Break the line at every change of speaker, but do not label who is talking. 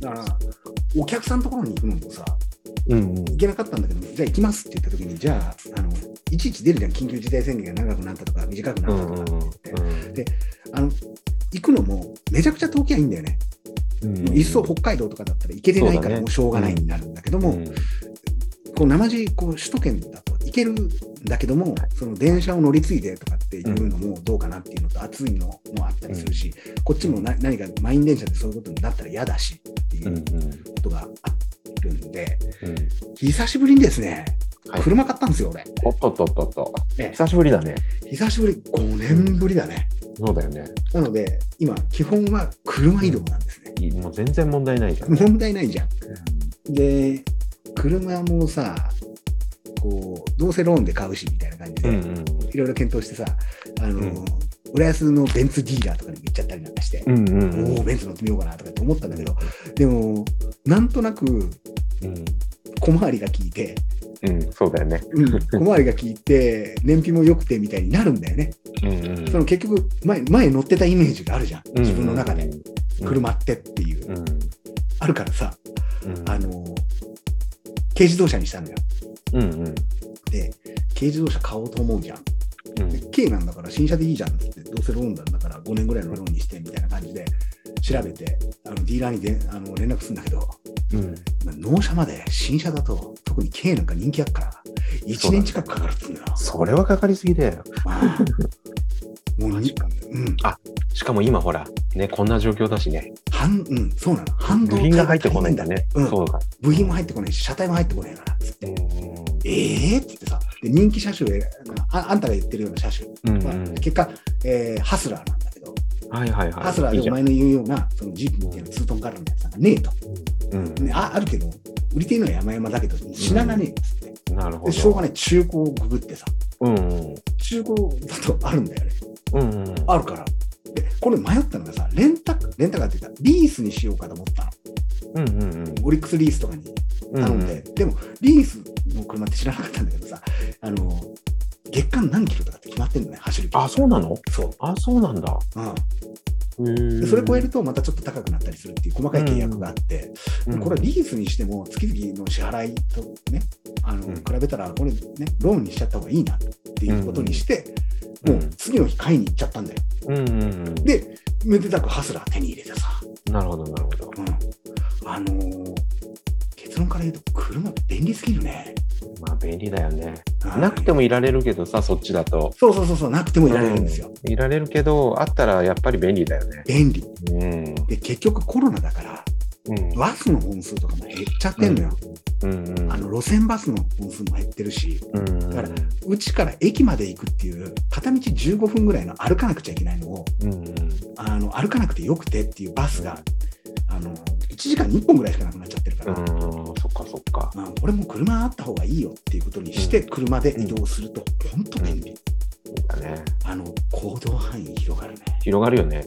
だから、お客さんのところに行くのもさ、
うんうん
行けなかったんだけど、じゃあ行きますって言った時に、じゃあ、あの、いちいち出るじゃん、緊急事態宣言が長くなったとか、短く
う
なった
ん
と
う
か、
ん
であの、行くのも、めちゃくちゃ遠きゃいいんだよね。
うん
いっそ北海道とかだったら行けれない
そう
か
だね
らもうしょうがないになるんだけども、
うん
こうなまじこう首都圏だと行けるんだけども、その電車を乗り継いでとかっていうのもどうかなっていうのと、暑いのもあったりするし、こっちもな何か満員電車でそういうことになったら嫌だしってい
うんう
うんことがあるんで、
うん
久しぶりにですね、
はい
車買ったんですよ、俺。
おっとっとっとっと
ええ
久しぶりだね
久しぶり、5年ぶりだね。
そうだよね
なので、今、基本は車移動なんですね。
いいもう全然問題ないじゃん
問題ないじゃん。で、車もさ、こう、どうせローンで買うしみたいな感じで、
うんうん
いろいろ検討してさ、あの、
うん
浦安のベンツディーラーとかにも行っちゃったりなんかして、
うんうんうん
おお、ベンツ乗ってみようかなとかって思ったんだけど、でも、なんとなく
うん
小回りが効いて、
うんそうだよね
うん小回りが効いて、燃費も良くてみたいになるんだよね。
うんうん
その結局前、前乗ってたイメージがあるじゃん、自分の中で。
うん
車ってっていう、
うん
あるからさ、
うん
あの、軽自動車にしたんだよ。
うんうん
で、軽自動車買おうと思うじゃん。
うん
で K なんだから新車でいいじゃんっつって、どうせローンなんだから5年ぐらいのローンにしてみたいな感じで調べて、あのディーラーにであの連絡するんだけど、
うん
まあ納車まで新車だと、特に K なんか人気あっから、1年近くかかるっつうんだよ。
それはかかりすぎだよ
まあもうに、うん、
しかも今ほらねこんな状況だしね
半、うん、そうなの。半導
部
体
品が入ってこないんだね、
うん
そうか
部品も入ってこないし、車体も入ってこないから、つって。えーっつってさ、で人気車種を選ぶあ、あんたが言ってるような車種、
うん
まあ
うん
結果、えーハスラーなんだけど、
はいはいはい
ハスラー
い
で
いじ
お
ゃん
前の言うようなそのジープみたいなツートンカラーみたいなやつなんかねえと、
うん
ねああるけど売りてえのは山々だけど品がねえっつって、
なるほ
で
ど
しょうがない中古をググってさ
うんうん
中古だとあるんだよね
うんうん
あるからでこれ迷ったのがさレンタカーレンタカーって言ったらリースにしようかと思ったの
うんうんうん
オリックスリースとかに頼んで、でもリースの車って知らなかったんだけどさあの月間何キロとかって決まってんのね走る距離
あそうなの
そう、
あそうなんだ
うん
へ
で
ー
それ超えるとまたちょっと高くなったりするっていう細かい契約があって、
うん
これはリースにしても月々の支払いとねあの、
うん
比べたらこれねローンにしちゃった方がいいなっていうことにして、
うん
もう次の日買いに行っちゃったんだよ
うんうんうん
でめでたくハスラー手に入れてさ、
なるほどなるほど
うん、あのー結論から言うと車便利すぎるね
まあ便利だよね
うん
なくてもいられるけどさそっちだと
そうそうそうそうなくてもいられるんですよ、
うんいられるけどあったらやっぱり便利だよね
便利
うん
で結局コロナだから
うん
バスの本数とかも減っちゃってんのよ、
うんうん
あの路線バスの本数も減ってるし
うんうん
だからうちから駅まで行くっていう片道15分ぐらいの歩かなくちゃいけないのを
うんうん
あの歩かなくてよくてっていうバスが、あの1時間に1本ぐらいしかなくなっちゃってるか
う
ら、
んそっかそっか
まあ、俺も車あった方がいいよっていうことにして
う
車で移動すると本当便利、
そうだね
あの行動範囲広がるね。
広がるよね